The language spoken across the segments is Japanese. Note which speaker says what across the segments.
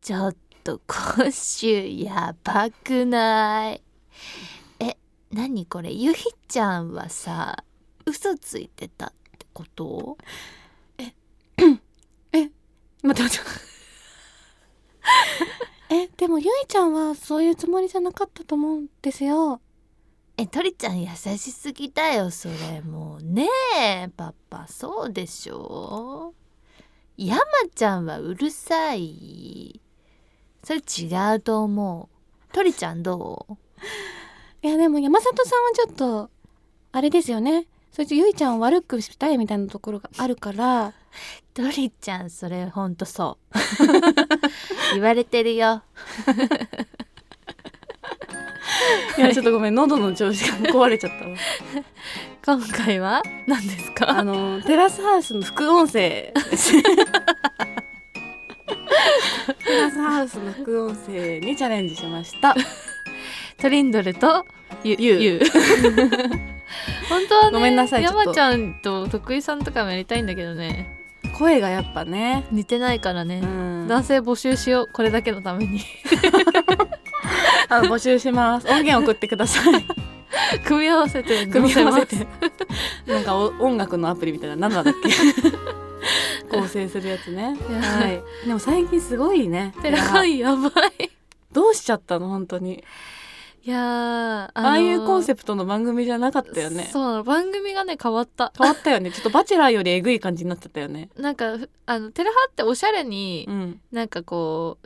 Speaker 1: ちょっと今週やばくないえ何これゆひちゃんはさ嘘ついてたってこと
Speaker 2: 待って待って えでもゆいちゃんはそういうつもりじゃなかったと思うんですよ
Speaker 1: えとりちゃん優しすぎだよそれもうねえパパそうでしょ山ちゃんはうるさいそれ違うと思うとりちゃんどう
Speaker 2: いやでも山里さんはちょっとあれですよねそいつゆいちゃんを悪くしたいみたいなところがあるから
Speaker 1: ドリちゃんそれほんとそう 言われてるよ
Speaker 2: いやちょっとごめん喉の調子が壊れちゃったわ
Speaker 1: 今回は何です
Speaker 2: あ
Speaker 1: か
Speaker 2: のテラスハウスの副音声テラスハウスの副音声にチャレンジしました
Speaker 1: トリンドルとゆゆう
Speaker 2: ゆ
Speaker 1: 本当はね
Speaker 2: ごめんなさいちょっ
Speaker 1: 山
Speaker 2: と
Speaker 1: ちゃんと徳井さんとかもやりたいんだけどね
Speaker 2: 声がやっぱね
Speaker 1: 似てないからね
Speaker 2: う、ん
Speaker 1: 男性募集しようこれだけのために
Speaker 2: あの募集します音源送ってください
Speaker 1: 組み合わせて
Speaker 2: 組み合わ
Speaker 1: 載
Speaker 2: せてなんかお音楽のアプリみたいな何だっ け構成するやつね
Speaker 1: や
Speaker 2: はいでも最近すごいね
Speaker 1: せて偉 い
Speaker 2: いや
Speaker 1: やばい
Speaker 2: どうしちゃったの本当に
Speaker 1: いやーあ
Speaker 2: ああいうコン
Speaker 1: プ
Speaker 2: セプトの番組じゃなかったよね
Speaker 1: そうなの番組がね変わった
Speaker 2: 変わったよねちょっとバチェラーよりえぐい感じになっちゃったよね
Speaker 1: なんかふあのテラハっておしゃれに、
Speaker 2: うん
Speaker 1: なんかこ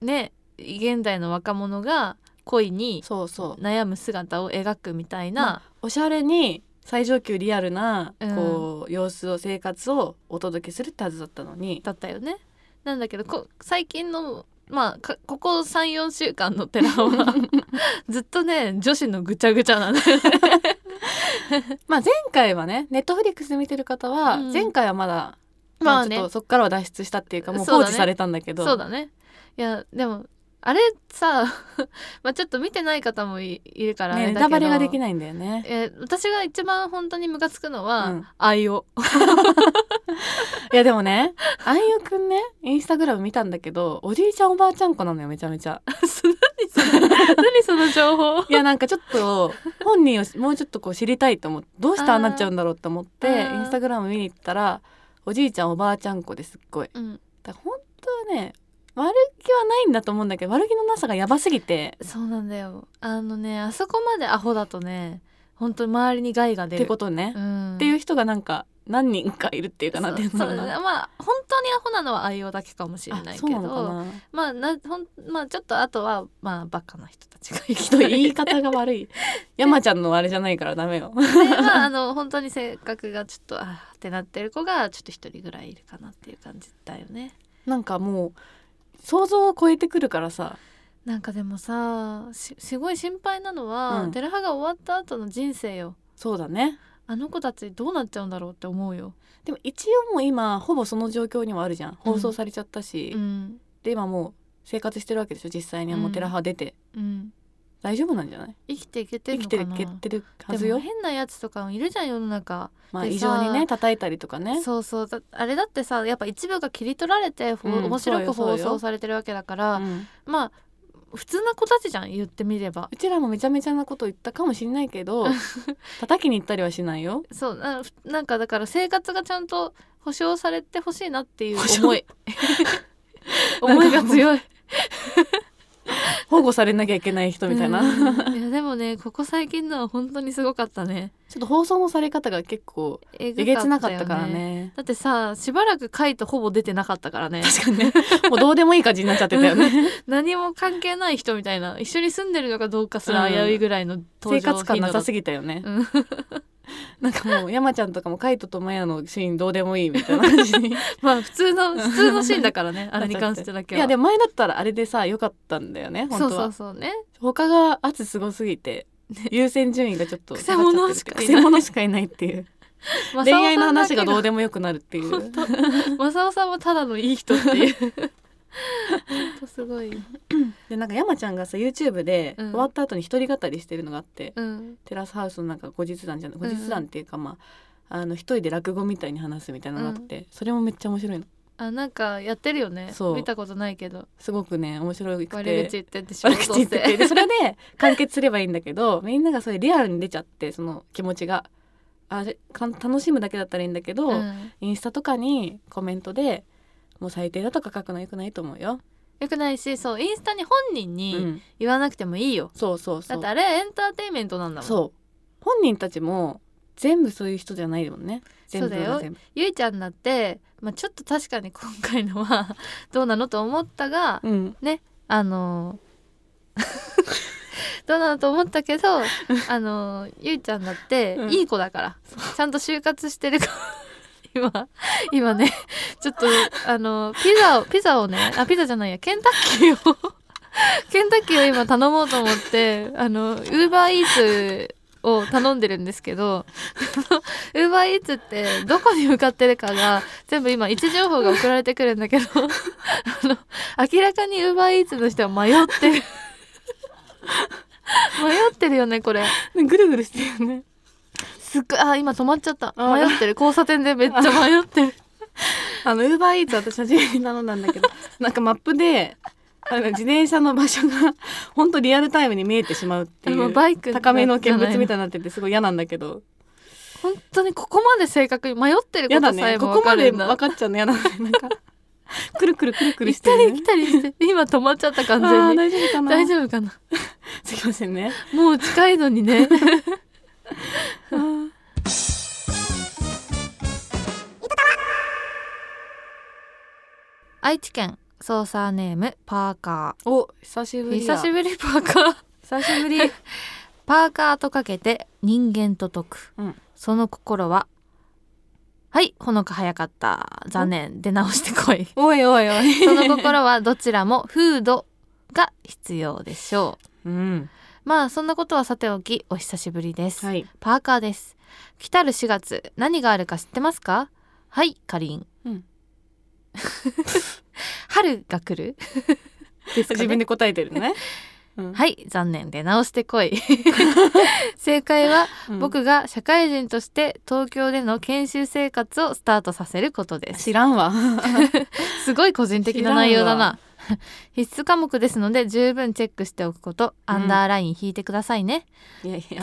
Speaker 1: うね現代の若者が恋に
Speaker 2: そうそう
Speaker 1: 悩む姿を描くみたいな
Speaker 2: ま、おしゃれに最上級リアルな
Speaker 1: うん
Speaker 2: こう、様子を生活をお届けするってはずだったのに
Speaker 1: だったよね。なんだけどこ最近のまあかここ34週間の寺 はずっとね女子のぐちゃぐちゃなのよね
Speaker 2: まあ前回はねネットフリックスで見てる方は
Speaker 1: うん
Speaker 2: 前回はまだ、
Speaker 1: ま
Speaker 2: ま
Speaker 1: あ
Speaker 2: あ
Speaker 1: ね
Speaker 2: ちょっとそこからは脱出したっていうかもう
Speaker 1: そ
Speaker 2: 放
Speaker 1: うだね
Speaker 2: 置されたんだけど
Speaker 1: そうだね。いやでもあれさ まあちょっと見てない方もいいるからあ
Speaker 2: ね
Speaker 1: れ
Speaker 2: ネ
Speaker 1: だけど、
Speaker 2: タバレができないんだよね
Speaker 1: えー私が一番本当にムカつくの
Speaker 2: う
Speaker 1: は
Speaker 2: ん
Speaker 1: 愛 を、
Speaker 2: いやでもねあんゆくんねインスタグラム見たんだけどおじいちゃんおばあちゃん子なのよめちゃめちゃ
Speaker 1: 何その情報
Speaker 2: いやなんかちょっと本人をもうちょっとこう知りたいと思ってどうしてああなっちゃうんだろうと思って
Speaker 1: あ
Speaker 2: イ
Speaker 1: ー
Speaker 2: ンスタグラム見に行ったらおじいちゃんおばあちゃん子ですっごい
Speaker 1: うん
Speaker 2: だから本当はね悪気はないんだと思うんだけど悪気のなさがやばすぎて
Speaker 1: そうなんだよあのねあそこまでアホだとね本当に周りに害が
Speaker 2: っ
Speaker 1: 出る
Speaker 2: てことね、
Speaker 1: うん、
Speaker 2: っていう人がなんか何人かいるっていうかなってい
Speaker 1: そうう
Speaker 2: の
Speaker 1: そ
Speaker 2: か
Speaker 1: うだね
Speaker 2: な
Speaker 1: まあ本当にアホなのは愛用だけかもしれない
Speaker 2: あ
Speaker 1: け
Speaker 2: そ
Speaker 1: ど
Speaker 2: うなのかな
Speaker 1: まあなほんまあちょっとあとはまあバカな人たちが生き
Speaker 2: ひどい言い
Speaker 1: い
Speaker 2: 方が 悪い山ちゃんのあれじゃないからダメよ
Speaker 1: でまああの本当に性格がちょっとあーってなってる子がちょっと一人ぐらいいるかなっていう感じだよね
Speaker 2: なんかもう想像を超えてくるからさ
Speaker 1: なんかでもさしすごい心配なのは、
Speaker 2: うん
Speaker 1: テラハが終わった後の人生よ
Speaker 2: そうだね
Speaker 1: あの子たちどうなっちゃうんだろうって思うよ、
Speaker 2: でも一応もう今ほぼその状況にはあるじゃん放送されちゃったし、
Speaker 1: うん
Speaker 2: で今もう生活してるわけでしょ実際にはもうテラハ出て、
Speaker 1: うん、
Speaker 2: 大丈夫なんじゃない
Speaker 1: 生きていけて
Speaker 2: 生
Speaker 1: るのか
Speaker 2: きてる
Speaker 1: な
Speaker 2: けてるはず
Speaker 1: でも
Speaker 2: よ
Speaker 1: 変なやつとかもいるじゃん世の中
Speaker 2: まあ
Speaker 1: でさ
Speaker 2: 異常にね叩いたりとかね
Speaker 1: そうそうだあれだってさやっぱ一部が切り取られて、ほ
Speaker 2: うん
Speaker 1: 面白く
Speaker 2: そうよ
Speaker 1: 放
Speaker 2: そうよ
Speaker 1: 送されてるわけだから、
Speaker 2: うん
Speaker 1: まあ普通な子たちじゃん言ってみれば
Speaker 2: うちらもめちゃめちゃなこと言ったかもしれないけど叩きに行ったりはしない よ
Speaker 1: そうななんかだから生活がちゃんと保障されてほしいなっていう
Speaker 2: 保障
Speaker 1: 思い
Speaker 2: な
Speaker 1: 思
Speaker 2: ん か
Speaker 1: いが強い
Speaker 2: 保護されなきゃいけない人みたいな、ちょ
Speaker 1: うんいやでもねここ最近のは本当にすごかったね
Speaker 2: っと放送のされ方が結構
Speaker 1: え
Speaker 2: えげつなかったからね
Speaker 1: だってさしばらくカイトほぼ出てなかったからね
Speaker 2: 確かにねもうどうでもいい感じになっちゃってたよね
Speaker 1: 何も関係ない人みたいな一緒に住んでるのかどうかすら危ういぐらいの登
Speaker 2: 生
Speaker 1: 場
Speaker 2: 活感なさす
Speaker 1: ぎ
Speaker 2: ぎたよね
Speaker 1: うん
Speaker 2: なんかもう山ちゃんとかもカイトとマヤのシーンどうでもいいみたいな感じに
Speaker 1: まあ普通の普通のシーンだから ね あれに関してだけはい
Speaker 2: やでも前だったらあれでさ良かったんだよね本当
Speaker 1: そ
Speaker 2: は
Speaker 1: うそうそうね
Speaker 2: 他が圧すごすぎて優先順位がちょっと
Speaker 1: くせ者しかいない
Speaker 2: くせ者しかいないっ ていう
Speaker 1: マ
Speaker 2: 恋
Speaker 1: サオ
Speaker 2: 愛の
Speaker 1: さんだ
Speaker 2: 話
Speaker 1: け
Speaker 2: がどうでもよくなるっていう
Speaker 1: 本 当マサオさんもただのいい人っていう本当すごい
Speaker 2: でなんか山ちゃんがさ YouTube で
Speaker 1: うん
Speaker 2: 終わった後に一人語りしてるのがあって、
Speaker 1: うん
Speaker 2: テラスハウスのなんか後日談じゃない
Speaker 1: んう
Speaker 2: 後
Speaker 1: ん
Speaker 2: 日談っていうかまああの一人で落語みたいに話すみたいなのがあって、それもめっちゃ面白いの
Speaker 1: あなんかやってるよね
Speaker 2: そう
Speaker 1: 見たことないけど
Speaker 2: すごくね面白くて
Speaker 1: 悪口言ってんでしょ
Speaker 2: 悪口言って
Speaker 1: どう
Speaker 2: てでそれで完結すればいいんだけど みんながそれリアルに出ちゃってその気持ちがあでかん楽しむだけだったらいいんだけど、
Speaker 1: せうん
Speaker 2: インスタとかにコメントでもう最低だとか書くのよくないと思うよ、
Speaker 1: よくないしそうインスタに本人
Speaker 2: う
Speaker 1: に
Speaker 2: ん、
Speaker 1: 言わなくてもいいよ、
Speaker 2: そうそうそ
Speaker 1: だ
Speaker 2: う
Speaker 1: ってあれエンターテインメントなんだもん
Speaker 2: そう本人たちも全部そういう人じゃないもんね全部が
Speaker 1: そうだよ
Speaker 2: 全部
Speaker 1: ゆいちゃんだって、まあ、ちょっと確かに今回のは どうなのと思ったが
Speaker 2: うん
Speaker 1: あの どうなのと思ったけ どあのゆいちゃんだって
Speaker 2: うん
Speaker 1: いい子だから、ちゃんと就活してる子今今ねちょっとあのピザをピザをねあピザじゃないやケンタッキーを ケンタッキーを今頼もうと思ってあのウーバーイーツを頼んでるんですけど ウーバーイーツってどこに向かってるかが全部今位置情報が送られてくるんだけど あの明らかにウーバーイーツの人は迷ってる 迷ってるよねこれ
Speaker 2: ぐるぐるしてるよね
Speaker 1: すっごいあ今止まっちゃった
Speaker 2: あ
Speaker 1: 迷ってる交差点でめっちゃ迷ってる
Speaker 2: あのウーバーイーツ私初めに頼んだんだ けどなんかマップであの自転車の場所が本当リアルタイムに見えてしまうってい
Speaker 1: も
Speaker 2: う
Speaker 1: うバイク
Speaker 2: 高めの見物み
Speaker 1: じ
Speaker 2: たいになっててすごい嫌なんだけど
Speaker 1: ゃない本当にここまで正確に迷ってるこ
Speaker 2: 嫌だ
Speaker 1: とさえ
Speaker 2: ね
Speaker 1: も
Speaker 2: こ
Speaker 1: 分
Speaker 2: こ
Speaker 1: か
Speaker 2: ま
Speaker 1: る
Speaker 2: で
Speaker 1: ん
Speaker 2: 分
Speaker 1: だ
Speaker 2: かっちゃうの嫌なんだよなんかくるくるくるくる
Speaker 1: 行
Speaker 2: し
Speaker 1: ってた
Speaker 2: る、
Speaker 1: り
Speaker 2: ね
Speaker 1: 来、たりして今止まっちゃった
Speaker 2: あ
Speaker 1: 完
Speaker 2: ー
Speaker 1: 全に
Speaker 2: 大丈夫かな
Speaker 1: 大丈夫かな
Speaker 2: すいませんね
Speaker 1: もう近いのに ね愛知県ソーサーネームパーカ
Speaker 2: お久しぶ
Speaker 1: ー
Speaker 2: り
Speaker 1: 久しぶ
Speaker 2: ぶ
Speaker 1: りパーカー
Speaker 2: 久しぶり
Speaker 3: パーカーとかけて人間と解く、
Speaker 2: うん
Speaker 3: その心ははいほのか早かった残念出直してこ い
Speaker 2: おいおいおい
Speaker 3: その心はどちらもフードが必要でしょう
Speaker 2: うん
Speaker 3: まあそんなことはさておきお久しぶりです、
Speaker 2: はい
Speaker 3: パーカーです来たる4月何があるか知ってますかはいかりん、
Speaker 2: うん
Speaker 3: 春が来る
Speaker 2: ですかね自分で答えてるね、うん
Speaker 3: はい残念出直して こい正解は
Speaker 2: うん
Speaker 3: 僕が社会人として東京での研修生活をスタートさせることです
Speaker 2: 知らんわ
Speaker 3: すごい個人的な内容だな必須科目ですので十分チェックしておくこと、
Speaker 2: うん
Speaker 3: アンダーライン引いてくださいね
Speaker 2: いやいや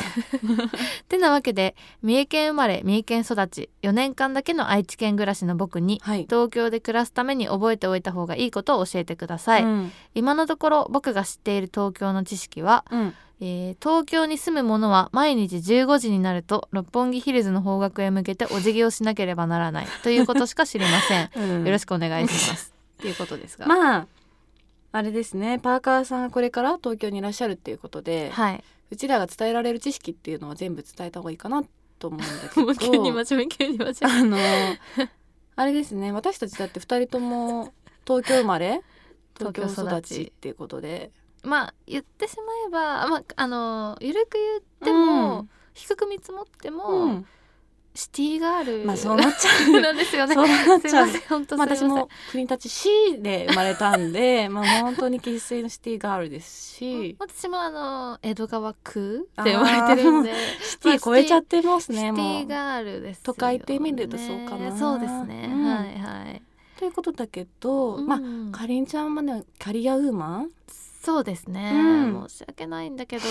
Speaker 3: てなわけで三重県生まれ三重県育ち4年間だけの愛知県暮らしの僕に
Speaker 2: はい
Speaker 3: 東京で暮らすために覚えておいた方がいいことを教えてください、
Speaker 2: うん
Speaker 3: 今のところ僕が知っている東京の知識は、
Speaker 2: うん
Speaker 3: えー東京に住む者は毎日15時になると六本木ヒルズの方角へ向けてお辞儀をしなければならないということしか知りません
Speaker 2: うん
Speaker 3: よろしくお願いしますっていうことですが、
Speaker 2: まああれですねパーカーさんがこれから東京にいらっしゃるっていうことで、
Speaker 3: はい。
Speaker 2: うちらが伝えられる知識っていうのは全部伝えた方がいいかなと思うんだけ
Speaker 1: も
Speaker 2: ど
Speaker 1: う急に真面目急に真面目
Speaker 2: あのあれですね私たちだって二人とも東京生まれ東
Speaker 1: 東京
Speaker 2: 京
Speaker 1: 育ち
Speaker 2: 育ちっていうことで
Speaker 1: まあ言ってしまえば、まあ、あのゆるく言っても、
Speaker 2: うん
Speaker 1: 低く見積もっても、
Speaker 2: うん
Speaker 1: シティガール
Speaker 2: まあそうなっちゃう
Speaker 1: なんですよね。
Speaker 2: そうなっ
Speaker 1: すい
Speaker 2: ちゃ
Speaker 1: ま
Speaker 2: う
Speaker 1: せん本当すい
Speaker 2: まあ
Speaker 1: ませ
Speaker 2: 私
Speaker 1: ん、
Speaker 2: も国立 C で生まれたん でまあ本当に生粋のシティガールですし
Speaker 1: 私もあの江戸川区って言われてるんで、
Speaker 2: シティ超えちゃってます
Speaker 1: シテ
Speaker 2: ねもう
Speaker 1: ィ。ガールですよ、ね。
Speaker 2: 都会って意味で言うとそうかな
Speaker 1: そうですね。
Speaker 2: うん
Speaker 1: はいはい。
Speaker 2: ということだけど、
Speaker 1: うん
Speaker 2: まあかりんちゃんまでキャリアウーマン
Speaker 1: そうですね、
Speaker 2: うん
Speaker 1: 申し訳ないんだけど、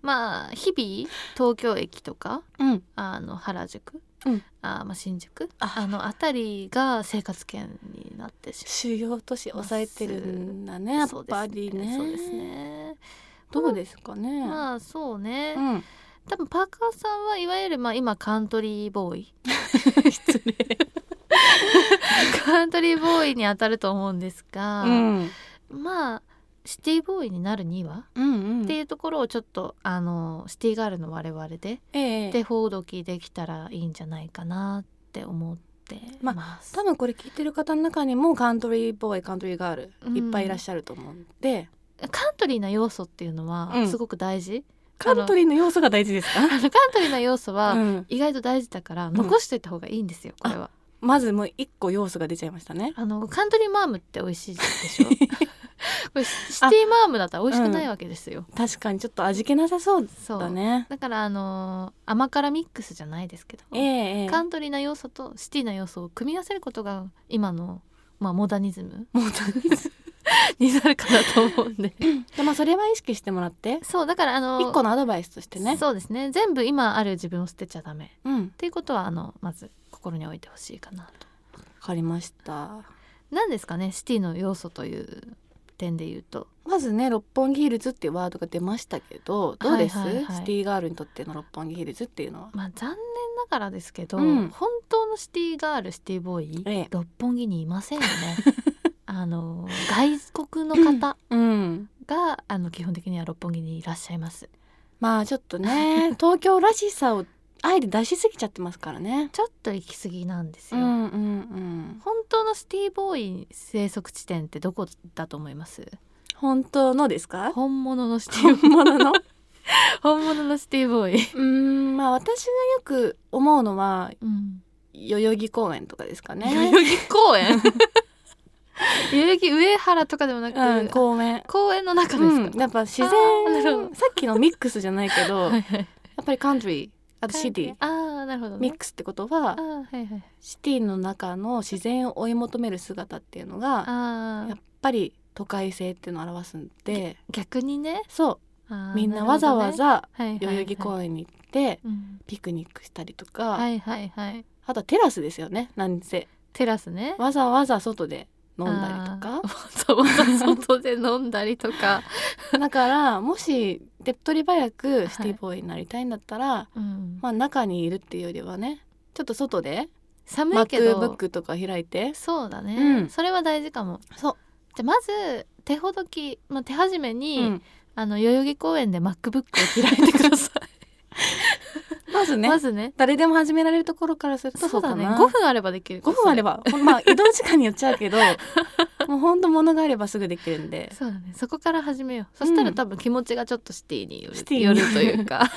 Speaker 1: まあ日々東京駅とか
Speaker 2: うん
Speaker 1: あの原宿、
Speaker 2: うん
Speaker 1: あまあ新宿
Speaker 2: あ
Speaker 1: あのあたりが生活圏になってしまう。
Speaker 2: 主要都市抑えてるんだねやっ
Speaker 1: そうです
Speaker 2: ぱりね
Speaker 1: そうですね。
Speaker 2: どうですかね、
Speaker 1: まあそうね。
Speaker 2: うん
Speaker 1: 多分パーカーさんはいわゆるまあ今カントリーボーイ
Speaker 2: 失礼
Speaker 1: カントリーボーイに当たると思うんですが、
Speaker 2: うん
Speaker 1: まあシティボーイになるには、
Speaker 2: うん
Speaker 1: っていうところをちょっとあのシティガールの我々で
Speaker 2: ええ
Speaker 1: 手ほどきできたらいいんじゃないかなって思ってます。
Speaker 2: 多分これ聞いてる方の中にもカントリーボーイカントリーガール
Speaker 1: うん
Speaker 2: いっぱいいらっしゃると思うんで、
Speaker 1: カントリーな要素っていうの
Speaker 2: う
Speaker 1: は
Speaker 2: ん
Speaker 1: すごく大事。
Speaker 2: カントリーの要素が大事です
Speaker 1: あ
Speaker 2: か
Speaker 1: のカントリーな要素は
Speaker 2: うん
Speaker 1: 意外と大事だから残しておいた方がいいんですよ、これは。
Speaker 2: まずもう一個要素が出ちゃいましたね
Speaker 1: あのカントリーマームって美味しいでしょこれシシティマームだったら美味しくないわけですよ、
Speaker 2: 確かにちょっと味気なさそう
Speaker 1: そう
Speaker 2: だね
Speaker 1: だからあのー甘辛ミックスじゃないですけど、
Speaker 2: ええええ
Speaker 1: カントリーな要素とシティな要素を組み合わせることが今のまあ、モダニズム
Speaker 2: もう何です
Speaker 1: になるかなと思うんで
Speaker 2: でまあそれは意識してもらって
Speaker 1: そうだからあの
Speaker 2: 一個のアドバイスとしてね
Speaker 1: そうですね全部今ある自分を捨てちゃダメっ
Speaker 2: うん
Speaker 1: ていうことはあのまず心に置いてほしいかなと
Speaker 2: わかりました
Speaker 1: 何ですかねシティの要素という点で言うと
Speaker 2: まずね六本木ヒルズっていうワードが出ましたけどどうです、
Speaker 1: はいはいはい
Speaker 2: シティガールにとっての六本木ヒルズっていうのは
Speaker 1: まあ残念ながらですけど、
Speaker 2: うん
Speaker 1: 本当のシティガールシティボーイ、
Speaker 2: ええ
Speaker 1: 六本木にいませんよね あの外国の方
Speaker 2: うん
Speaker 1: があの基本的には六本木にいらっしゃいます
Speaker 2: まあちょっとね 東京らしさをあえて出しすぎちゃってますからね
Speaker 1: ちょっと行き過ぎなんです
Speaker 2: う
Speaker 1: よ、
Speaker 2: んうんうん
Speaker 1: 本当のシティボーイ生息地点ってどこだと思います
Speaker 2: 本当のですか
Speaker 1: 本物のシティ
Speaker 2: 本 物の
Speaker 1: 本物のシティボーイ、
Speaker 2: うんまあ私がよく思うのは
Speaker 1: うん、
Speaker 2: 代々木公園とかですかね
Speaker 1: 代々木公 園代々木上原とかでもなく、
Speaker 2: うん、公園
Speaker 1: 公園の中です
Speaker 2: うん、
Speaker 1: か、
Speaker 2: やっぱ自然
Speaker 1: あーなるほど
Speaker 2: さっきのミックスじゃないけど
Speaker 1: は
Speaker 2: や
Speaker 1: いはい
Speaker 2: っぱりカントリーあとシティ
Speaker 1: ああなるほど、ね
Speaker 2: ミッ、クスってことは
Speaker 1: あーはいはい
Speaker 2: シティの中の自然を追い求める姿っていうのが
Speaker 1: あ
Speaker 2: や
Speaker 1: ー
Speaker 2: っぱり都会性っていうのを表すんで
Speaker 1: 逆にね
Speaker 2: そ
Speaker 1: あー
Speaker 2: うみんなわざわざ
Speaker 1: なるほどね
Speaker 2: 代々木公園に行って
Speaker 1: うん
Speaker 2: ピクニックしたりとか、
Speaker 1: はいはいはい
Speaker 2: あとはテラスですよね何せ
Speaker 1: テラスね
Speaker 2: わざわざ外で飲んだりとか
Speaker 1: あーわざわざ外で飲んだりと か、
Speaker 2: だからもし手っ取り早くシティボーイになりたいんだったら、
Speaker 1: うん
Speaker 2: まあ中にいるっていうよりはねちょっと外で
Speaker 1: 寒
Speaker 2: マ
Speaker 1: い
Speaker 2: ッ
Speaker 1: け
Speaker 2: ク
Speaker 1: ど
Speaker 2: ブックとか開いて
Speaker 1: そうだね、
Speaker 2: うん
Speaker 1: それは大事かも
Speaker 2: そう、
Speaker 1: じゃあまず手ほどき、まあ、手始めに、
Speaker 2: うん
Speaker 1: あの代々木公園で MacBook を開いてくださ
Speaker 2: まず
Speaker 1: い、
Speaker 2: ね、
Speaker 1: まずね
Speaker 2: 誰でも始められるところからすると
Speaker 1: そ
Speaker 2: そう
Speaker 1: う
Speaker 2: か
Speaker 1: だね
Speaker 2: な
Speaker 1: 5分あればできる
Speaker 2: 5分あれ
Speaker 1: ば
Speaker 2: ばほんまあ移動時間によっちゃう けどもうほんと物があればすぐできるんで
Speaker 1: そうだねそこから始めようそした
Speaker 2: う
Speaker 1: ら
Speaker 2: ん
Speaker 1: 多分気持ちがちょっとシティによ
Speaker 2: シティ
Speaker 1: る
Speaker 2: に
Speaker 1: よるというか、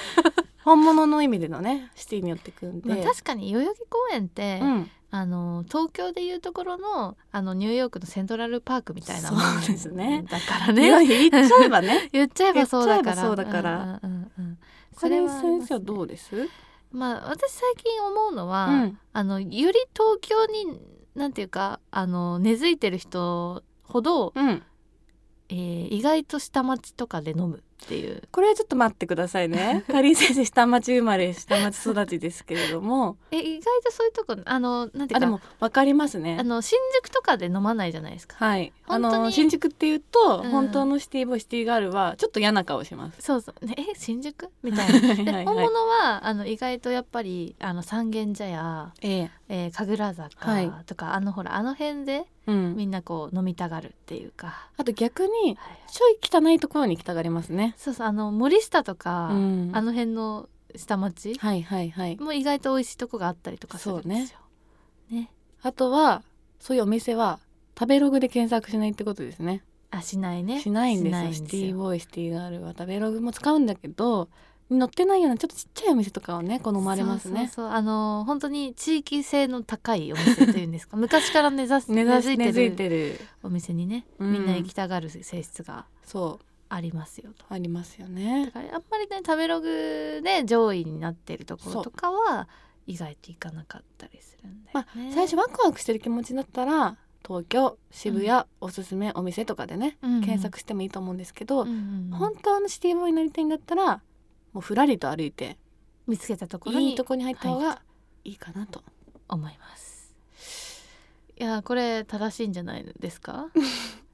Speaker 2: 本物の意味でのねシティによってくんで、
Speaker 1: まあ、確かに代々木公園って、
Speaker 2: うん、
Speaker 1: あの東京でいうところのあのニューヨークのセントラルパークみたいなもん
Speaker 2: そうですね
Speaker 1: だから
Speaker 2: いや
Speaker 1: ね
Speaker 2: 言っちゃえば ね
Speaker 1: 言っちゃえばそうだから
Speaker 2: 言っちゃえばそうだから
Speaker 1: うんうんうんうん
Speaker 2: こ
Speaker 1: それ
Speaker 2: れ
Speaker 1: はありますね
Speaker 2: 先生はどうです、
Speaker 1: まあ私最近思うのは、
Speaker 2: うん
Speaker 1: あのより東京になんていうかあの根付いてる人ほど、
Speaker 2: うん、
Speaker 1: えー意外と下町とかで飲むっていう
Speaker 2: これはちょっと待ってください ねかりん先生下町生まれ下町育ちですけれども
Speaker 1: え意外とそういうとこあのなんてい
Speaker 2: あ
Speaker 1: うか
Speaker 2: で
Speaker 1: あの
Speaker 2: も分かりますね
Speaker 1: 新宿とかで飲まないじゃないですか。
Speaker 2: はい、あ
Speaker 1: 本当
Speaker 2: の
Speaker 1: に
Speaker 2: 新宿っていうと、
Speaker 1: うん
Speaker 2: 本当のシティボーイシティガールはちょっと嫌な顔します。
Speaker 1: そうそう、ね、え新 宿みたいな
Speaker 2: はい
Speaker 1: で
Speaker 2: はい
Speaker 1: 本物はあの意外とやっぱりあの三軒茶屋、
Speaker 2: ええ、
Speaker 1: えー、神楽
Speaker 2: はい
Speaker 1: 坂とか、あのほらあの辺で
Speaker 2: うん。
Speaker 1: みんなこう飲みたがるっていうか、
Speaker 2: あと逆に
Speaker 1: はい
Speaker 2: ちょい汚いところに行きたがりますね。
Speaker 1: そうそうあの森下とか、
Speaker 2: うん
Speaker 1: あの辺の下町
Speaker 2: はいはいはい。
Speaker 1: も意外と美味しいとこがあったりとかするんですよ。ね
Speaker 2: あとはそういうお店は食べログで検索しないってことですね。
Speaker 1: あしないね。
Speaker 2: しないんですよ。
Speaker 1: し
Speaker 2: シ
Speaker 1: ないん
Speaker 2: テ
Speaker 1: です
Speaker 2: ィ
Speaker 1: よ
Speaker 2: ボーイシティガールは食べログも使うんだけど載ってないようなちょっとちっちゃいお店とかをね好まれますね。
Speaker 1: そうそうそうあの本当に地域性の高いお店というんですか昔から根ざす
Speaker 2: 根
Speaker 1: 根
Speaker 2: ざ
Speaker 1: 付
Speaker 2: し
Speaker 1: い
Speaker 2: 根付
Speaker 1: て
Speaker 2: い
Speaker 1: る
Speaker 2: てる。
Speaker 1: お店にね、
Speaker 2: うん
Speaker 1: みんな行きたがる性質が
Speaker 2: そう
Speaker 1: ありますよと。
Speaker 2: ありますよ
Speaker 1: だ
Speaker 2: ね。
Speaker 1: からあんまりね食べログで上位になってるところとかは意外と行かなかったりするんだよ
Speaker 2: まあ
Speaker 1: ね。
Speaker 2: 最初ワクワクしてる気持ちだったら東京渋谷おすすめお店とかでね、
Speaker 1: うんうん
Speaker 2: 検索してもいいと思うんですけど、
Speaker 1: うんうんうん
Speaker 2: 本当のシティボーイになりたいんだったらもうふらりと歩いて
Speaker 1: 見つけたところ
Speaker 2: いい
Speaker 1: に
Speaker 2: とこに入った方がいいかなと。
Speaker 1: 思います。いやーこれ正しいんじゃないですか？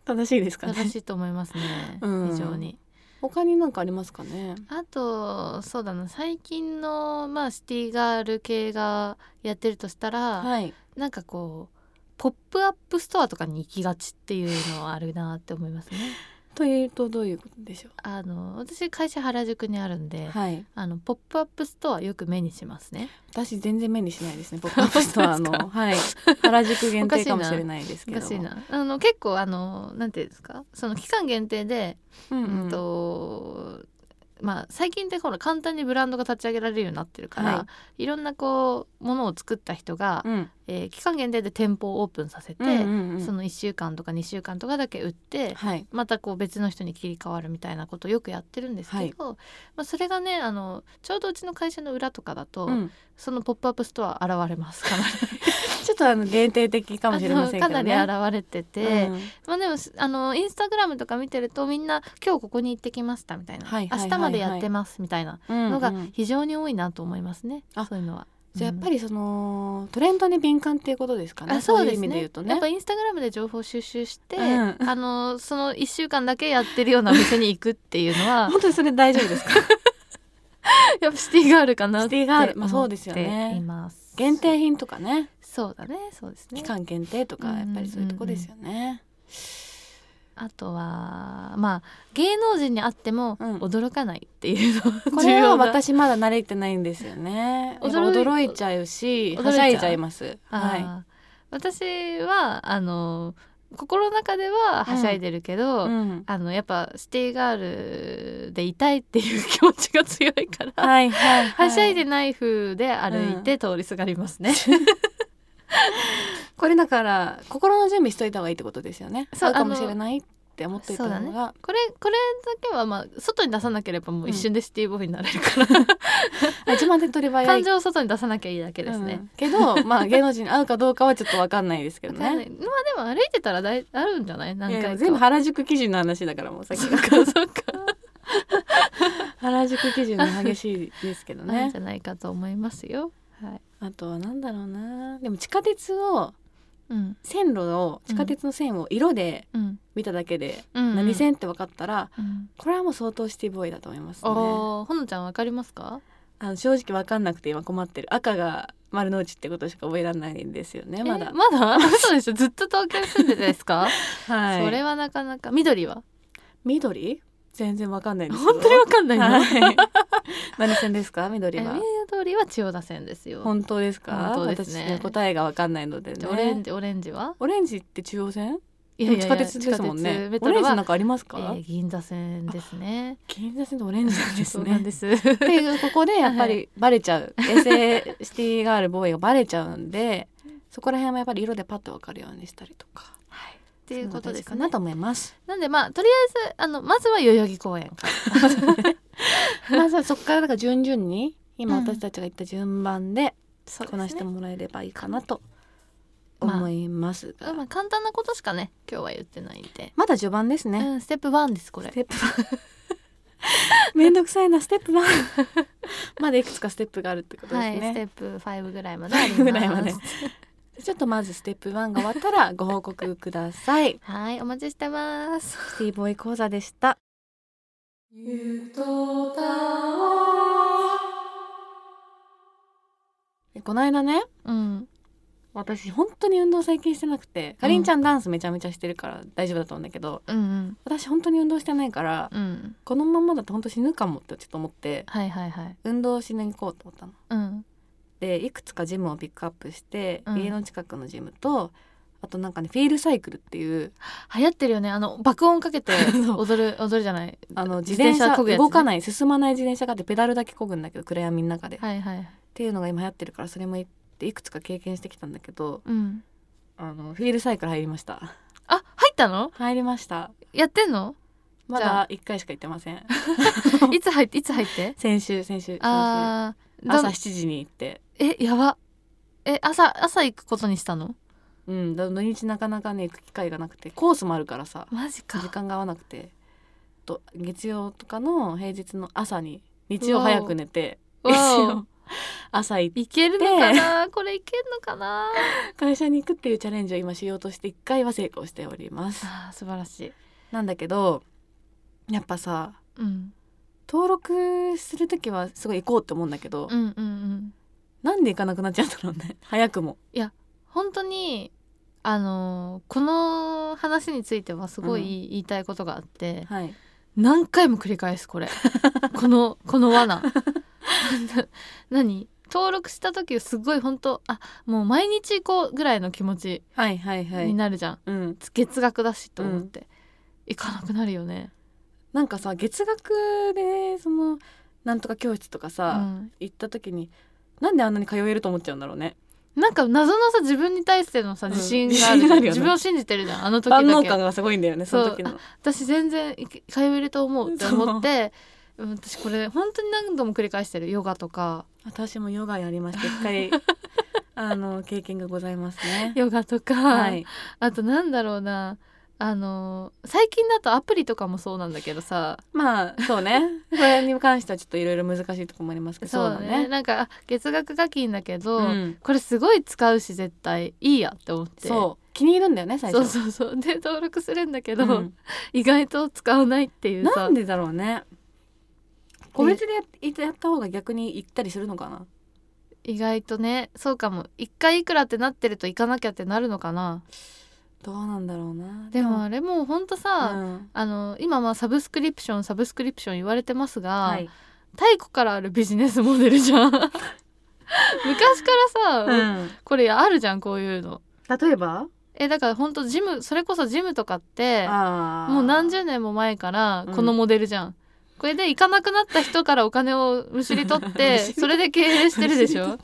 Speaker 2: 正しいですか
Speaker 1: 正
Speaker 2: ね。
Speaker 1: しいと思いますね。
Speaker 2: うん
Speaker 1: 非常に。
Speaker 2: 他になんかありますかね。
Speaker 1: あとそうだな最近のまあシティガール系がやってるとしたら、
Speaker 2: はい。
Speaker 1: なんかこうポップアップストアとかに行きがちっていうのはあるなって思いますね。
Speaker 2: というとどういうことでしょ
Speaker 1: あの私会社原宿にあるんで、
Speaker 2: う。はい。
Speaker 1: あのポップアップストアよく目にしますね。
Speaker 2: 私全然目にしない ですね。ポップアップストア
Speaker 1: 本当
Speaker 2: のはい 原宿限定かもしれないですけ
Speaker 1: お
Speaker 2: ど
Speaker 1: か
Speaker 2: も。
Speaker 1: しいな。あの結構あのなんていうんですか、その期間限定で
Speaker 2: うんうん。
Speaker 1: うんとまあ、最近ってほら簡単にブランドが立ち上げられるようになってるから、、
Speaker 2: はい
Speaker 1: ろんなこうものを作った人が、
Speaker 2: うん
Speaker 1: えー期間限定で店舗をオープンさせて、
Speaker 2: うんうんうん
Speaker 1: その1週間とか2週間とかだけ売って、
Speaker 2: はい
Speaker 1: またこう別の人に切り替わるみたいなことをよくやってるんですけど、まあ、それがねあのちょうどうちの会社の裏とかだと、
Speaker 2: うん
Speaker 1: そのポップアップストア現れますか
Speaker 2: ちょっとあの限定的からもしれませんけ
Speaker 1: あ
Speaker 2: ど
Speaker 1: の
Speaker 2: ね
Speaker 1: かなり現れてて、
Speaker 2: うん
Speaker 1: まあでもすあのインスタグラムとか見てるとみんな今日ここに行ってきましたみたいな、
Speaker 2: はいはいはいはい
Speaker 1: 明日までやってますみたいな
Speaker 2: うん
Speaker 1: の
Speaker 2: う
Speaker 1: が
Speaker 2: ん
Speaker 1: 非常に多いなと思いますね、
Speaker 2: あ
Speaker 1: そういうのは。
Speaker 2: じゃあやっぱ
Speaker 1: り、
Speaker 2: りそのトレンドに敏感っていうことですかね
Speaker 1: あそうです
Speaker 2: い意味
Speaker 1: ね
Speaker 2: で言うとね
Speaker 1: やっぱインスタグラムで情報収集して、
Speaker 2: うん
Speaker 1: あのその1週間だけやってるようなお店に行くっていうの は
Speaker 2: 本当にそれ大丈夫です か
Speaker 1: やっぱシティガールかなって
Speaker 2: シティガー ルまあ
Speaker 1: 思
Speaker 2: そ
Speaker 1: っ
Speaker 2: う
Speaker 1: て
Speaker 2: ですよね
Speaker 1: います
Speaker 2: 限定品とかね
Speaker 1: そうだねそうですね
Speaker 2: 期間限定とかやっぱりそういうとこですよね、
Speaker 1: あとはまあ芸能人に会っても
Speaker 2: うん
Speaker 1: 驚かないっていうの、
Speaker 2: これ
Speaker 1: 重
Speaker 2: は
Speaker 1: 要な
Speaker 2: 私まだ慣れてないんです よね
Speaker 1: 驚い
Speaker 2: 驚驚いちゃうし
Speaker 1: 驚いちゃう
Speaker 2: はしゃいじゃいますはい
Speaker 1: あー私はあの心の中でははしゃいでるけど、
Speaker 2: うん
Speaker 1: あのやっぱシティガールでいたいっていう気持ちが強いから、
Speaker 2: はいはい
Speaker 1: はしゃいでない風で歩いて通りすがります ね。
Speaker 2: これだから心の準備しといた方がいいってことですよね
Speaker 1: そう
Speaker 2: そうかもしれないって思っといた方が
Speaker 1: そうだこれこれだけはまあ外に出さなければもう一瞬でシティボーイになれるから、
Speaker 2: あ一番手っ取り早い
Speaker 1: 感情を外に出さなきゃいいだけです
Speaker 2: う
Speaker 1: ね。
Speaker 2: んけどまあ芸能人に会うかどうかはちょっとわかんないですけど
Speaker 1: わかんな
Speaker 2: ね
Speaker 1: いまあでも歩いてたらだいあるんじゃない何
Speaker 2: い
Speaker 1: 回
Speaker 2: や
Speaker 1: か。
Speaker 2: 全部原宿基準の話だからもうさっき
Speaker 1: そっ かそっか、
Speaker 2: 原宿基準の激しいですけど
Speaker 1: あるん
Speaker 2: ね
Speaker 1: じゃないかと思いますよ。はい。
Speaker 2: あとはなんだろうなでも地下鉄を
Speaker 1: うん
Speaker 2: 線路を地下鉄の線を色で
Speaker 1: うん
Speaker 2: 見ただけで
Speaker 1: うん。
Speaker 2: 何線って分かったら
Speaker 1: うん
Speaker 2: これはもう相当シティボーイだと思いますね
Speaker 1: おーほのちゃんわかりますか？
Speaker 2: あの正直分かんなくて今困ってる赤が丸の内ってことしか覚えられないんですよねまだ
Speaker 1: えまだ 嘘でしょずっと東京に住んでてですか、
Speaker 2: はい
Speaker 1: それはなかなか緑は
Speaker 2: 緑全然分かんないんです よ
Speaker 1: 本当にわかんないの、え
Speaker 2: はい 何線ですか緑
Speaker 1: 緑
Speaker 2: は
Speaker 1: は千代田線ですよ
Speaker 2: 本当ですか
Speaker 1: 本当ですね
Speaker 2: 私ね答えが分かんないので
Speaker 1: でオレン
Speaker 2: ね
Speaker 1: ジオレンジは
Speaker 2: オレンジって中央線
Speaker 1: い
Speaker 2: 地下鉄ですもん
Speaker 1: 地下鉄
Speaker 2: ね
Speaker 1: メ
Speaker 2: オ
Speaker 1: ト
Speaker 2: レン
Speaker 1: ロ
Speaker 2: ジな
Speaker 1: は
Speaker 2: んかあります
Speaker 1: え
Speaker 2: か
Speaker 1: ー銀座線ですね
Speaker 2: 銀座線とオレンジなん です
Speaker 1: そうなん
Speaker 2: ね
Speaker 1: です
Speaker 2: でここでやっぱ
Speaker 1: は
Speaker 2: りバレちゃう衛星シティガールボーイがバレちゃうんでそこら辺もやっぱり色でパッと分かるようにしたりとか
Speaker 1: っていうことです
Speaker 2: か
Speaker 1: かね
Speaker 2: なと思います
Speaker 1: なんでまあとりあえずあのまずは代々木公園から
Speaker 2: まあそこからだから順々に今
Speaker 1: うん
Speaker 2: 私たちが言った順番で
Speaker 1: そうですね
Speaker 2: こなしてもらえればいいかなと思いますが、
Speaker 1: まあ簡単なことしかね今日は言ってないんで、
Speaker 2: まだ序盤ですね、
Speaker 1: うんステップ1ですこれ
Speaker 2: ス テップ1めんどくさいなステップ1 まだいくつかステップがあるってことです
Speaker 1: はいステ
Speaker 2: ね、
Speaker 1: ップ5ぐらいまであります
Speaker 2: ぐらいまでちょっとまずステップ1が終わったらご報告ください
Speaker 1: はいお待ちしてます
Speaker 2: シティボーイ講座でしたこの間ね
Speaker 1: うん
Speaker 2: 私本当に運動最近してなくてかりんちゃんダンスめちゃめちゃしてるから大丈夫だと思うんだけど、
Speaker 1: うん
Speaker 2: 私本当に運動してないから
Speaker 1: うんうん
Speaker 2: このままだと本当死ぬかもってちょっと思って
Speaker 1: はいはいはい
Speaker 2: 運動しに行こうと思ったの。
Speaker 1: うん
Speaker 2: でいくつかジムをピックアップして、
Speaker 1: うん
Speaker 2: 家の近くのジムとあとなんかねフィールサイクルっていう
Speaker 1: 流行ってるよねあの爆音かけて
Speaker 2: そう
Speaker 1: 踊る踊るじゃない
Speaker 2: あの自
Speaker 1: 自
Speaker 2: 転
Speaker 1: 転
Speaker 2: 車
Speaker 1: 車漕ぐやつね
Speaker 2: 動かない進まない自転車があってペダルだけ漕ぐんだけど暗闇の中で、っ
Speaker 1: はいはい
Speaker 2: ていうのが今流行ってるからそれも行っていくつか経験してきたんだけど
Speaker 1: うん
Speaker 2: あのフィールサイクル入りました
Speaker 1: あ入ったの
Speaker 2: 入りました
Speaker 1: やってん の
Speaker 2: ま
Speaker 1: じゃ
Speaker 2: だ1回しか行ってません
Speaker 1: いつ入っていつ入って
Speaker 2: 先週先週先
Speaker 1: あ
Speaker 2: 週
Speaker 1: ー
Speaker 2: 朝
Speaker 1: どん
Speaker 2: 7時に行って
Speaker 1: えやばえ朝朝行くことにしたの
Speaker 2: うんだ土日なかなかね行く機会がなくてコースもあるからさ
Speaker 1: マジ
Speaker 2: 時間が合わなくてと月曜とかの平日の朝に日曜早く寝て
Speaker 1: わお
Speaker 2: 日
Speaker 1: わ
Speaker 2: 曜朝行って
Speaker 1: いけるのかなこれいけんのかな
Speaker 2: 会社に行くっていうチャレンジを今しようとして1回は成功しております
Speaker 1: あー素晴らしい
Speaker 2: なんだけどやっぱさ
Speaker 1: うん
Speaker 2: 登録する時はすごい行こうって思うんだけど、
Speaker 1: うんうんうん
Speaker 2: なんで行かなくなっちゃったのね 早くも
Speaker 1: 本当にあのーこの話についてはすごい言いたいことがあって、
Speaker 2: はい
Speaker 1: 何回も繰り返すこれ このこの罠 な何登録した時すごい本当あもう毎日行こうぐらいの気持ち
Speaker 2: はいはいは
Speaker 1: に
Speaker 2: い
Speaker 1: なるじゃん、
Speaker 2: うん
Speaker 1: 月額だしと思って、行かなくなるよね、
Speaker 2: なんかさ月額でそのなんとか教室とか
Speaker 1: う
Speaker 2: さ、
Speaker 1: ん、
Speaker 2: 行った時になんであんなに通えると思っちゃうんだろうね
Speaker 1: なんか謎のさ自分に対してのさ
Speaker 2: うん
Speaker 1: 自信がある,、
Speaker 2: 自信あるよね
Speaker 1: 自分を信じてるじゃんあの時だ
Speaker 2: 万能
Speaker 1: け
Speaker 2: 感がすごいんだよねその時の
Speaker 1: 私全然いけ通えると思うって思ってうん私これ本当に何度も繰り返してるヨガとか
Speaker 2: 私もヨガやりまして一回あの経験がございますね
Speaker 1: ヨガとか、
Speaker 2: はい
Speaker 1: あとなんだろうなあの最近だとアプリとかもそうなんだけどさ
Speaker 2: まあそうねこれに関してはちょっといろいろ難しいところもありますけど
Speaker 1: そうだねなんかあ月額課金だけど、
Speaker 2: うん
Speaker 1: これすごい使うし絶対いいやって思って
Speaker 2: そう気に入るんだよね最
Speaker 1: そう
Speaker 2: 初
Speaker 1: そうそうで登録するんだけど、
Speaker 2: うん
Speaker 1: 意外と使わないっていう
Speaker 2: な
Speaker 1: さ
Speaker 2: んでだろうね個別でやっやった方が逆に行ったりするのかな
Speaker 1: 意外とねそうかも一回いくらってなってると行かなきゃってなるのかな
Speaker 2: どうなんだろうな
Speaker 1: でもあれもうほんとさ、
Speaker 2: うん
Speaker 1: あの今まあサブスクリプションサブスクリプション言われてますが、
Speaker 2: はい
Speaker 1: 太古からあるビジネスモデルじゃん 昔からさ、
Speaker 2: うん
Speaker 1: これあるじゃんこういうの
Speaker 2: 例えば
Speaker 1: えだからほんとジムそれこそジムとかって
Speaker 2: あー
Speaker 1: もう何十年も前からこのモデルじゃん、これで行かなくなった人からお金をむしり取っ
Speaker 2: む
Speaker 1: て
Speaker 2: しり取っ
Speaker 1: それで経営してるでし ょ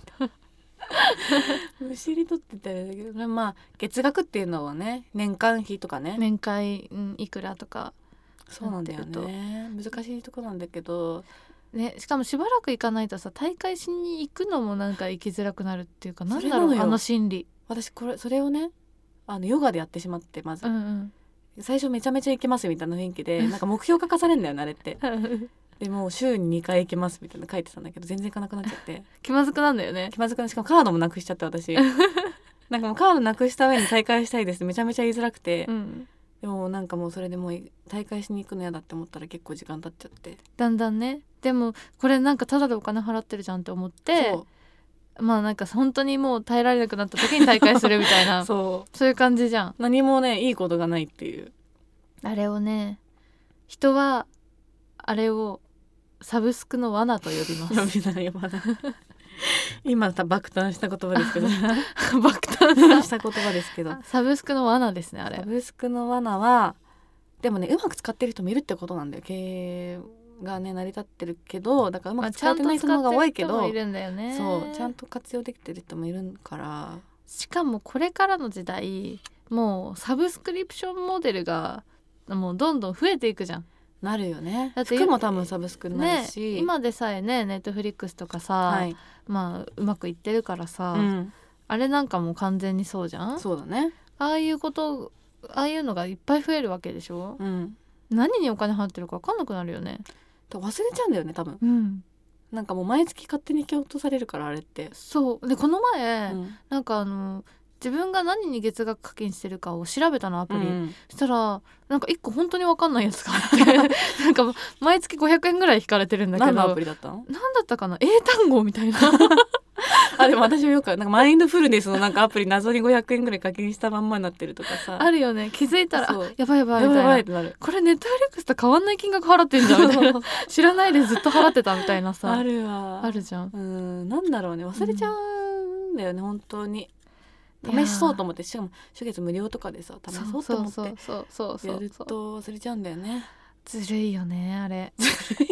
Speaker 2: むしり取ってたらだけどまあ月額っていうのはね年間費とかね
Speaker 1: 年会、うん、いくらとか
Speaker 2: そうなんだよ
Speaker 1: なってると
Speaker 2: ね難しいとこなんだけど
Speaker 1: ね、しかもしばらく行かないとさ大会しに行くのもなんか行きづらくなるっていうかなんだろ
Speaker 2: それな
Speaker 1: う
Speaker 2: のよ
Speaker 1: あの心理
Speaker 2: 私これそれをねあのヨガでやってしまってまず、
Speaker 1: うん うん
Speaker 2: 最初めちゃめちゃ行けますみたいな雰囲気 でなんか目標が課されるんだよねあれってでもう週に2回行けますみたいなの書いてたんだけど全然行かなくなっちゃって
Speaker 1: 気まずくなんだよね
Speaker 2: 気まずくなしかもカードもなくしちゃって 私なんかもうカードなくした上に大会したいですってめちゃめちゃ言いづらくて、
Speaker 1: うん
Speaker 2: でもなんかもうそれでもう大会しに行くの嫌だって思ったら結構時間経っちゃって
Speaker 1: だんだんねでもこれなんかただでお金払ってるじゃんって思って
Speaker 2: そう
Speaker 1: まあなんか本当にもう耐えられなくなった時に大会するみたいなそう
Speaker 2: そ
Speaker 1: いう感じじゃん
Speaker 2: う何もねいいことがないって いう
Speaker 1: あれをね人はあれをサブスクの罠と呼びます
Speaker 2: 今た爆誕した言葉ですけ ど
Speaker 1: 爆誕
Speaker 2: した言葉ですけど
Speaker 1: サブスクの罠ですねあれ
Speaker 2: サブスクの罠はでもねうまく使ってる人もいるってことなんだよ経営がね成り立ってるけどだからうま
Speaker 1: まあ、
Speaker 2: く
Speaker 1: ち
Speaker 2: 使
Speaker 1: ゃ
Speaker 2: っ
Speaker 1: ん
Speaker 2: て
Speaker 1: と使
Speaker 2: ない
Speaker 1: って
Speaker 2: 人の方が多いけ
Speaker 1: る人
Speaker 2: ど
Speaker 1: もいるんだよね
Speaker 2: そうちゃんと活用できてる人もいるから
Speaker 1: しかもこれからの時代もうサブスクリプションモデルがもうどんどん増えていくじゃん。
Speaker 2: なるよね
Speaker 1: だって
Speaker 2: 服も多分サブスクになる
Speaker 1: ね
Speaker 2: し、
Speaker 1: 今でさえねネットフリックスとかさ、
Speaker 2: はい、
Speaker 1: まあうまくいってるからさ、
Speaker 2: うん、
Speaker 1: あれなんかもう完全にそうじゃんあ
Speaker 2: そうだね
Speaker 1: あいうことああいうのがいっぱい増えるわけでしょ、
Speaker 2: うん
Speaker 1: 何にお金払ってるか分かんなくなるよね。
Speaker 2: と忘れちゃうんだよね多分
Speaker 1: うん、
Speaker 2: なんかもう毎月勝手に蹴落とされるからあれって、
Speaker 1: そうでこの前、
Speaker 2: うん
Speaker 1: なんかあの自分が何に月額課金してるかを調べたのアプリ、
Speaker 2: うん
Speaker 1: そしたらなんか一個本当に分かんないやつがあって なんか毎月500円ぐらい引かれてるんだけど
Speaker 2: 何のアプリだった の
Speaker 1: なんだったかな英単語みたい な
Speaker 2: あでも私もよくなんかマインドフルネスのなんかアプリ謎に500円ぐらい課金したまんまになってるとかさ
Speaker 1: あるよね気づいたら
Speaker 2: そう
Speaker 1: あやばいやばい
Speaker 2: や
Speaker 1: み
Speaker 2: ばいやば
Speaker 1: た
Speaker 2: い
Speaker 1: いな
Speaker 2: ってなる
Speaker 1: これネットフリックスと変わんない金額払ってんじゃんみたいな知らないでずっと払ってたみたいなさ
Speaker 2: あるわ
Speaker 1: あるじゃん
Speaker 2: うんなんだろうね忘れちゃうんだよね、本当に
Speaker 1: いやー
Speaker 2: 試しそうと思ってしかも初月無料とかでさ試そうと思って
Speaker 1: そうそうそうそ
Speaker 2: や
Speaker 1: う
Speaker 2: る
Speaker 1: そう
Speaker 2: と忘れちゃうんだよね
Speaker 1: ずるいよねあれ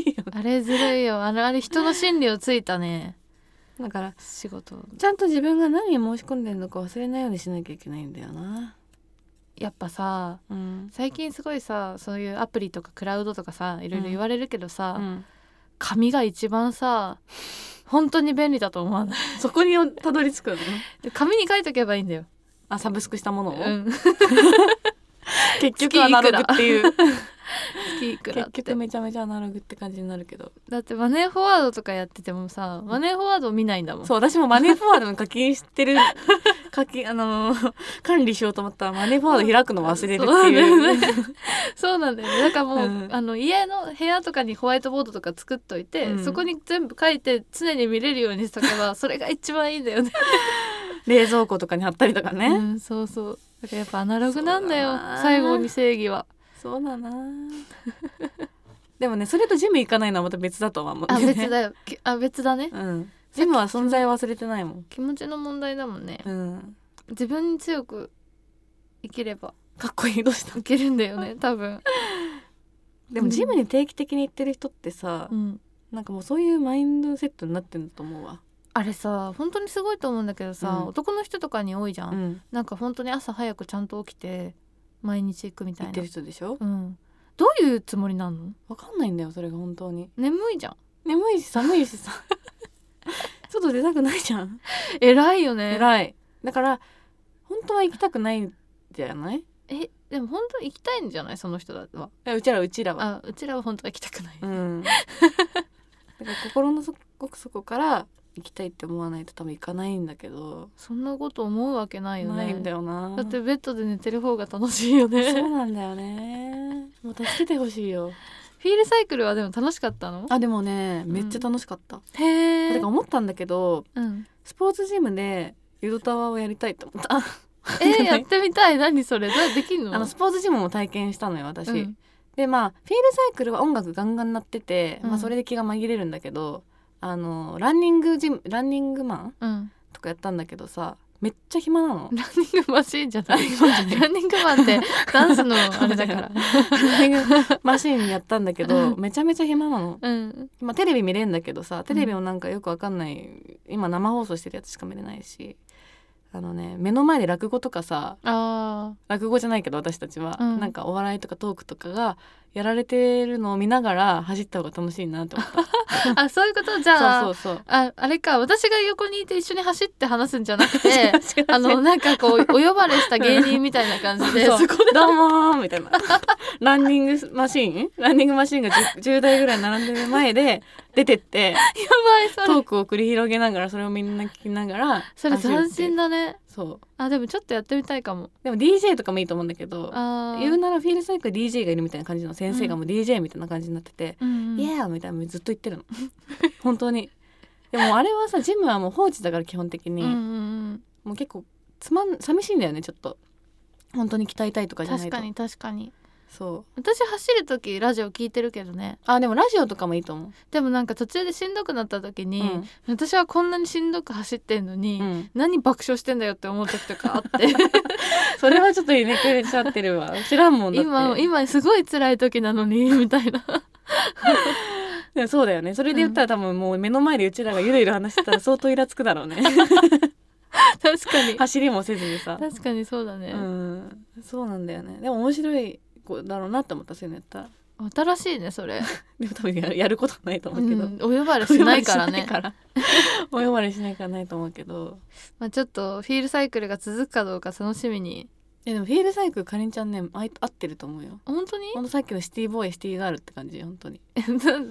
Speaker 2: いいよ
Speaker 1: あれずるいよあれあれ人の心理をついたね
Speaker 2: だから
Speaker 1: 仕事
Speaker 2: ちゃんと自分が何に申し込んでるのか忘れないようにしなきゃいけないんだよな
Speaker 1: やっぱさ
Speaker 2: うん、
Speaker 1: 最近すごいさそういうアプリとかクラウドとかさいろいろ
Speaker 2: うん
Speaker 1: 言われるけどさ、
Speaker 2: うん
Speaker 1: 紙が一番さ本当に便利だと思わない
Speaker 2: そこにたどり着くの
Speaker 1: で紙に書いとけばいいんだよ、
Speaker 2: あサブスクしたもの
Speaker 1: う
Speaker 2: を、
Speaker 1: ん、
Speaker 2: 結局アナログっていう
Speaker 1: 月いくらっ
Speaker 2: 結
Speaker 1: て
Speaker 2: 局めちゃめちゃアナログって感じになるけど
Speaker 1: だってマネーフォワードとかやっててもさマネーフォワード見ないんだもん
Speaker 2: そう私もマネーフォワードの課金し てる課金あのー 管理しようと思ったらマネーフォワード開くの忘れるっていう
Speaker 1: そう,、 そうなんだよねだからもう、
Speaker 2: うん
Speaker 1: あの家の部屋とかにホワイトボードとか作っといて、
Speaker 2: うん
Speaker 1: そこに全部書いて常に見れるようにしとけばそれが一番いいんだよね
Speaker 2: 冷蔵庫とかに貼ったりと かね、
Speaker 1: うん、そうそうだからやっぱアナログなんだよ
Speaker 2: そうだな
Speaker 1: 最後に正義は
Speaker 2: そうだな でもねそれとジム行かないのはまた別だとは思う
Speaker 1: あ
Speaker 2: んよね
Speaker 1: 別 だよきあ別だね
Speaker 2: うんジムは存在を忘れてないもん
Speaker 1: 気持ちの問題だもんね
Speaker 2: うん
Speaker 1: 自分に強く生きれば
Speaker 2: かっこいいどうした
Speaker 1: いけるんだよね多分、
Speaker 2: でもジムに定期的に行ってる人ってさ、
Speaker 1: うん、
Speaker 2: なんかもうそういうマインドセットになってると思うわ
Speaker 1: あれさ本当にすごいと思うんだけどさ、
Speaker 2: うん
Speaker 1: 男の人とかに多いじゃん、
Speaker 2: うん、
Speaker 1: なんか本当に朝早くちゃんと起きて毎日行くみた
Speaker 2: 言
Speaker 1: い
Speaker 2: って
Speaker 1: な
Speaker 2: る人でしょ
Speaker 1: うんどういうつもりなの
Speaker 2: わかんないんだよそれが本当に
Speaker 1: 眠いじゃん
Speaker 2: 眠いし寒い しさ外出たくないじゃん
Speaker 1: 偉いよね
Speaker 2: 偉いだから本当は行きたくないんじゃない
Speaker 1: えでも本当に行きたいんじゃないその人だは
Speaker 2: えうちらはうちらは
Speaker 1: あうちらは本当は行きたくない、
Speaker 2: うんだから心の奥底から行きたいって思わないと多分行かないんだけど
Speaker 1: そんなこと思うわけないよ
Speaker 2: な
Speaker 1: ね
Speaker 2: いんだよな
Speaker 1: だってベッドで寝てる方が楽しいよね
Speaker 2: そうなんだよねもう助けてほしいよ
Speaker 1: フィールサイクルはでも楽しかったの
Speaker 2: あでもね
Speaker 1: ん
Speaker 2: めっちゃ楽しかった、
Speaker 1: へ
Speaker 2: て
Speaker 1: え
Speaker 2: か思ったんだけど
Speaker 1: うん、
Speaker 2: スポーツジムでユドタワーをやりたいと思った
Speaker 1: え ー、やってみたい何それどうできんの
Speaker 2: あのスポーツジムも体験したのよ私、
Speaker 1: うん
Speaker 2: でまあフィールサイクルは音楽ガンガン鳴ってて、
Speaker 1: うん
Speaker 2: まあ、それで気が紛れるんだけどあのランニングジムランニングマン
Speaker 1: うん、
Speaker 2: とかやったんだけどさめっちゃ暇な
Speaker 1: ラ
Speaker 2: の
Speaker 1: ンニングマシーンじゃない
Speaker 2: ラ
Speaker 1: ランニングマンってダンスのあ れだから
Speaker 2: ンニングマシーンやったんだけど めちゃめちゃ暇なの、
Speaker 1: うん
Speaker 2: まあ、テレビ見れんだけどさテレビもなんかよくわかんない今生放送してるやつしか見れないしあのね目の前で落語とかさ
Speaker 1: あ
Speaker 2: 落語じゃないけど私たちは、
Speaker 1: うん
Speaker 2: なんかお笑いとかトークとかがやられてるのを見ながら走った方が楽しいなって 思っ
Speaker 1: ーあそういうことじゃ
Speaker 2: た
Speaker 1: あ
Speaker 2: そうそうそう
Speaker 1: ああれか私が横にいて一緒に走って話すんじゃなくて
Speaker 2: 違う
Speaker 1: あのなんか こうお呼ばれした芸人みたいな感じで
Speaker 2: そう
Speaker 1: そこで
Speaker 2: どうもーみたいなランニングマシーンランニングマシーンが 10, 10台ぐらい並んでる前で出てって
Speaker 1: やばいそ
Speaker 2: ト
Speaker 1: れ
Speaker 2: ークを繰り広げながらそれをみんな聞きながら
Speaker 1: それ
Speaker 2: 走るっていう
Speaker 1: 斬新だね
Speaker 2: そう
Speaker 1: あでもちょっとやってみたいかも
Speaker 2: でも DJ とかもいいと思うんだけど
Speaker 1: あ
Speaker 2: 言うならフィールサイクル DJ がいるみたいな感じの先生がもう DJ みたいな感じになってて
Speaker 1: うんうん
Speaker 2: 「イエー!」みたいなのずっと言ってるの本当にでもあれはさジムはもう放置だから基本的に、
Speaker 1: うんうん
Speaker 2: もう結構つまん寂しいんだよねちょっと本当に鍛えたいと
Speaker 1: う
Speaker 2: か
Speaker 1: ん、
Speaker 2: じゃない
Speaker 1: 確
Speaker 2: と
Speaker 1: かに確かに
Speaker 2: そう
Speaker 1: 私走る時ラジオ聞いてるけどね
Speaker 2: あでもラジオとかもいいと思う
Speaker 1: でもなんか途中でしんどくなった時に、
Speaker 2: うん
Speaker 1: 私はこんなにしんどく走ってんのに、
Speaker 2: うん
Speaker 1: 何爆笑してんだよって思う時とかあって
Speaker 2: それはちょっとひねくれちゃってる わ知らんもんだって
Speaker 1: 今今すごい辛い時なのにみた いな
Speaker 2: でもそうだよねそれで言ったら多分もう目の前でうちらがゆるゆる話してたら相当イラつくだろう ね
Speaker 1: 確かに
Speaker 2: 走りもせずにさ
Speaker 1: 確かにそうだね、
Speaker 2: うんそうなんだよねでも面白い子だろうなって思ったそういうのやったら
Speaker 1: 新しいねそれ、
Speaker 2: でも多分やるやることないと思うけど、
Speaker 1: うんお呼ばれしないからね
Speaker 2: お呼ばれしないからお呼ばれしないからないと思うけど
Speaker 1: まあ、ちょっとフィールサイクルが続くかどうか楽しみに
Speaker 2: えでもフィールサイクルかりんちゃんねあい合ってると思うよ
Speaker 1: 本当に
Speaker 2: ほんとさっきのシティボーイシティガールって感じ本当に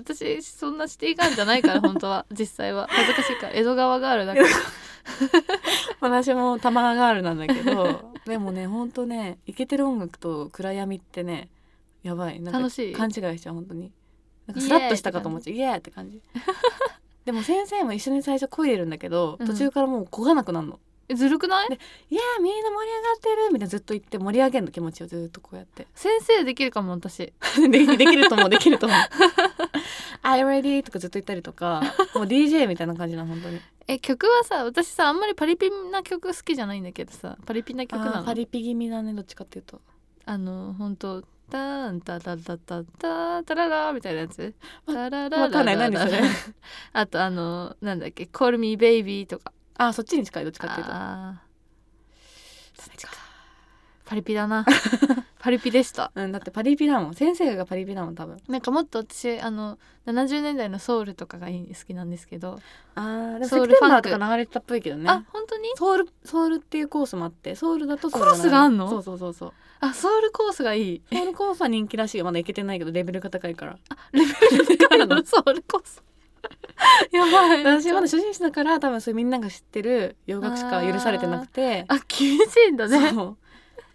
Speaker 1: 私そんなシティガールじゃない から本当は実際は恥ずかしいから江戸川ガールだから
Speaker 2: 私もタマーガールなんだけど でもねほんとねイケてる音楽と暗闇ってねやばいなんか
Speaker 1: 楽しい
Speaker 2: 勘違いしちゃう本当になんかスラッとしたかと思っちゃうイエーって感 じでも先生も一緒に最初漕いでるんだけど
Speaker 1: うん
Speaker 2: 途中からもう漕がなくなるの、
Speaker 1: えずるくない
Speaker 2: でいやーみんな盛り上がってるみたいなずっと言って盛り上げんの気持ちをずっとこうやって
Speaker 1: 先生できるかも私
Speaker 2: でできると思うできると 思う「I ready」とかずっと言ったりとかもう DJ みたいな感じなの本当に
Speaker 1: え曲はさ私さあんまりパリピな曲好きじゃないんだけどさパリピな曲な
Speaker 2: あー
Speaker 1: の
Speaker 2: パ
Speaker 1: あ
Speaker 2: リピ気味だねどっちかっていうと
Speaker 1: の本当ターンタタタタタタララみたいなやつ
Speaker 2: わ
Speaker 1: タラララララ
Speaker 2: わかんない何そ れ
Speaker 1: あとあのなんだっけ「Call Me Baby」とか
Speaker 2: あーそっちに近いどっちかっていうと
Speaker 1: あーそっちかパリピだ なパリピでした
Speaker 2: うんだってパリピだもん先生がパリピだもん多分
Speaker 1: なんかもっと私あの70年代のソウルとかがいい好きなんですけど、
Speaker 2: あーでも
Speaker 1: ソ
Speaker 2: セ
Speaker 1: ウ
Speaker 2: プ
Speaker 1: ル
Speaker 2: テ
Speaker 1: フ
Speaker 2: ン
Speaker 1: ァン
Speaker 2: バ
Speaker 1: ク
Speaker 2: ーとか流れてたっぽいけどね
Speaker 1: あ本当に
Speaker 2: ソウルソウルっていうコースもあってソウルだとソウル
Speaker 1: コースがあんの
Speaker 2: そうそうそうそう
Speaker 1: あソウルコースがい い
Speaker 2: ソウルコースは人気らしいよまだ行けてない けどレベルが高いから
Speaker 1: レベル高いのソウルコースやばい
Speaker 2: 私まだ初心者だから多分そういうみんなが知ってる洋楽しか許されてなくて
Speaker 1: あ厳しいんだね
Speaker 2: そう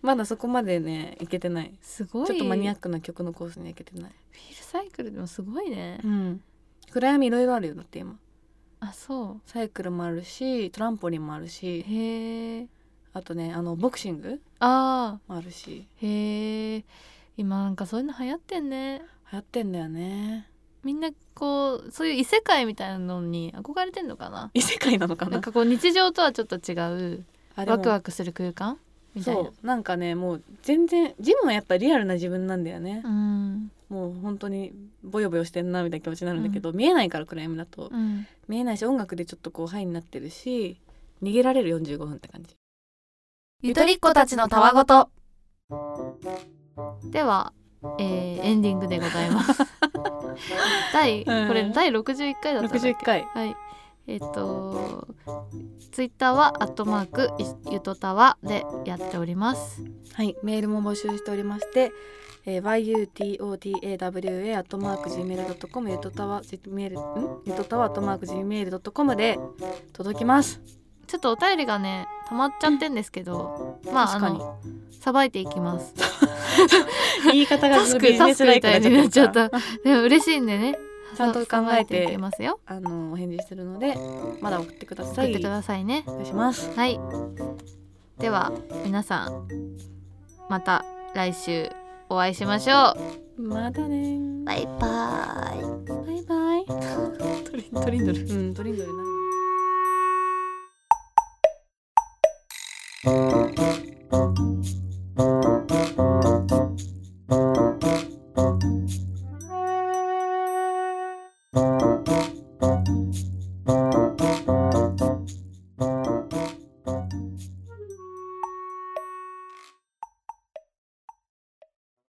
Speaker 2: まだそこまでね行けてない
Speaker 1: すごい
Speaker 2: ちょっとマニアッ
Speaker 1: ク
Speaker 2: クな曲のコースには行けてない
Speaker 1: フィールサイクルでもすごいね、
Speaker 2: うん暗闇いろいろあるよだって今
Speaker 1: あそう
Speaker 2: サイクルもあるしトランポリンもあるし
Speaker 1: へえ
Speaker 2: あとねあのボクシング
Speaker 1: あ
Speaker 2: もあるし
Speaker 1: ーへえ今なんかそういうの流行ってんね
Speaker 2: 流行ってんだよね
Speaker 1: みんなこうそういう異世界みたいなのに憧れてんのかな
Speaker 2: 異世界なのかな
Speaker 1: なんかこう日常とはちょっと違う
Speaker 2: あでも
Speaker 1: ワクワクする空間みたいな
Speaker 2: そうなんかねもう全然ジムはやっぱリアルな自分なんだよね、
Speaker 1: うん
Speaker 2: もう本当にボヨボヨしてんなみたいな気持ちになるんだけど、見えないから暗闇だと、
Speaker 1: うん
Speaker 2: 見えないし音楽でちょっとこうハイになってるし逃げられる45分って感じ
Speaker 1: ゆとりっ子たちのたわごとでは、えーエンディングでございます 第こ
Speaker 2: うん
Speaker 1: れ第61回だったな
Speaker 2: 61回
Speaker 1: はい。えっ、と、ツイッターは、アットマーク、いゆとたわでやっております。
Speaker 2: はいメールも募集しておりまして、えー、yutotawa.gmail.com ゆとたわ gmail んゆとたわ .gmail.com で届きます
Speaker 1: ちょっとお便りがね、溜まっちゃってんですけど、まあ、あ
Speaker 2: 確かに
Speaker 1: の、さばいていきます。
Speaker 2: 言い方が
Speaker 1: タスク、タスクみたいになっちゃっ
Speaker 2: ち
Speaker 1: た。でも嬉しいんでね。
Speaker 2: ゃんと考え
Speaker 1: さばいいき
Speaker 2: て
Speaker 1: ますよ。
Speaker 2: あのお返事してるのでまだ送ってくださ
Speaker 1: 送っ
Speaker 2: い
Speaker 1: てくださいね。
Speaker 2: お願いします
Speaker 1: はい。では、皆さん、また来週お会いしましょう。
Speaker 2: またねー
Speaker 3: バイバーイ。
Speaker 2: バイバイ
Speaker 1: トリンドル。
Speaker 2: うんトリンドルになる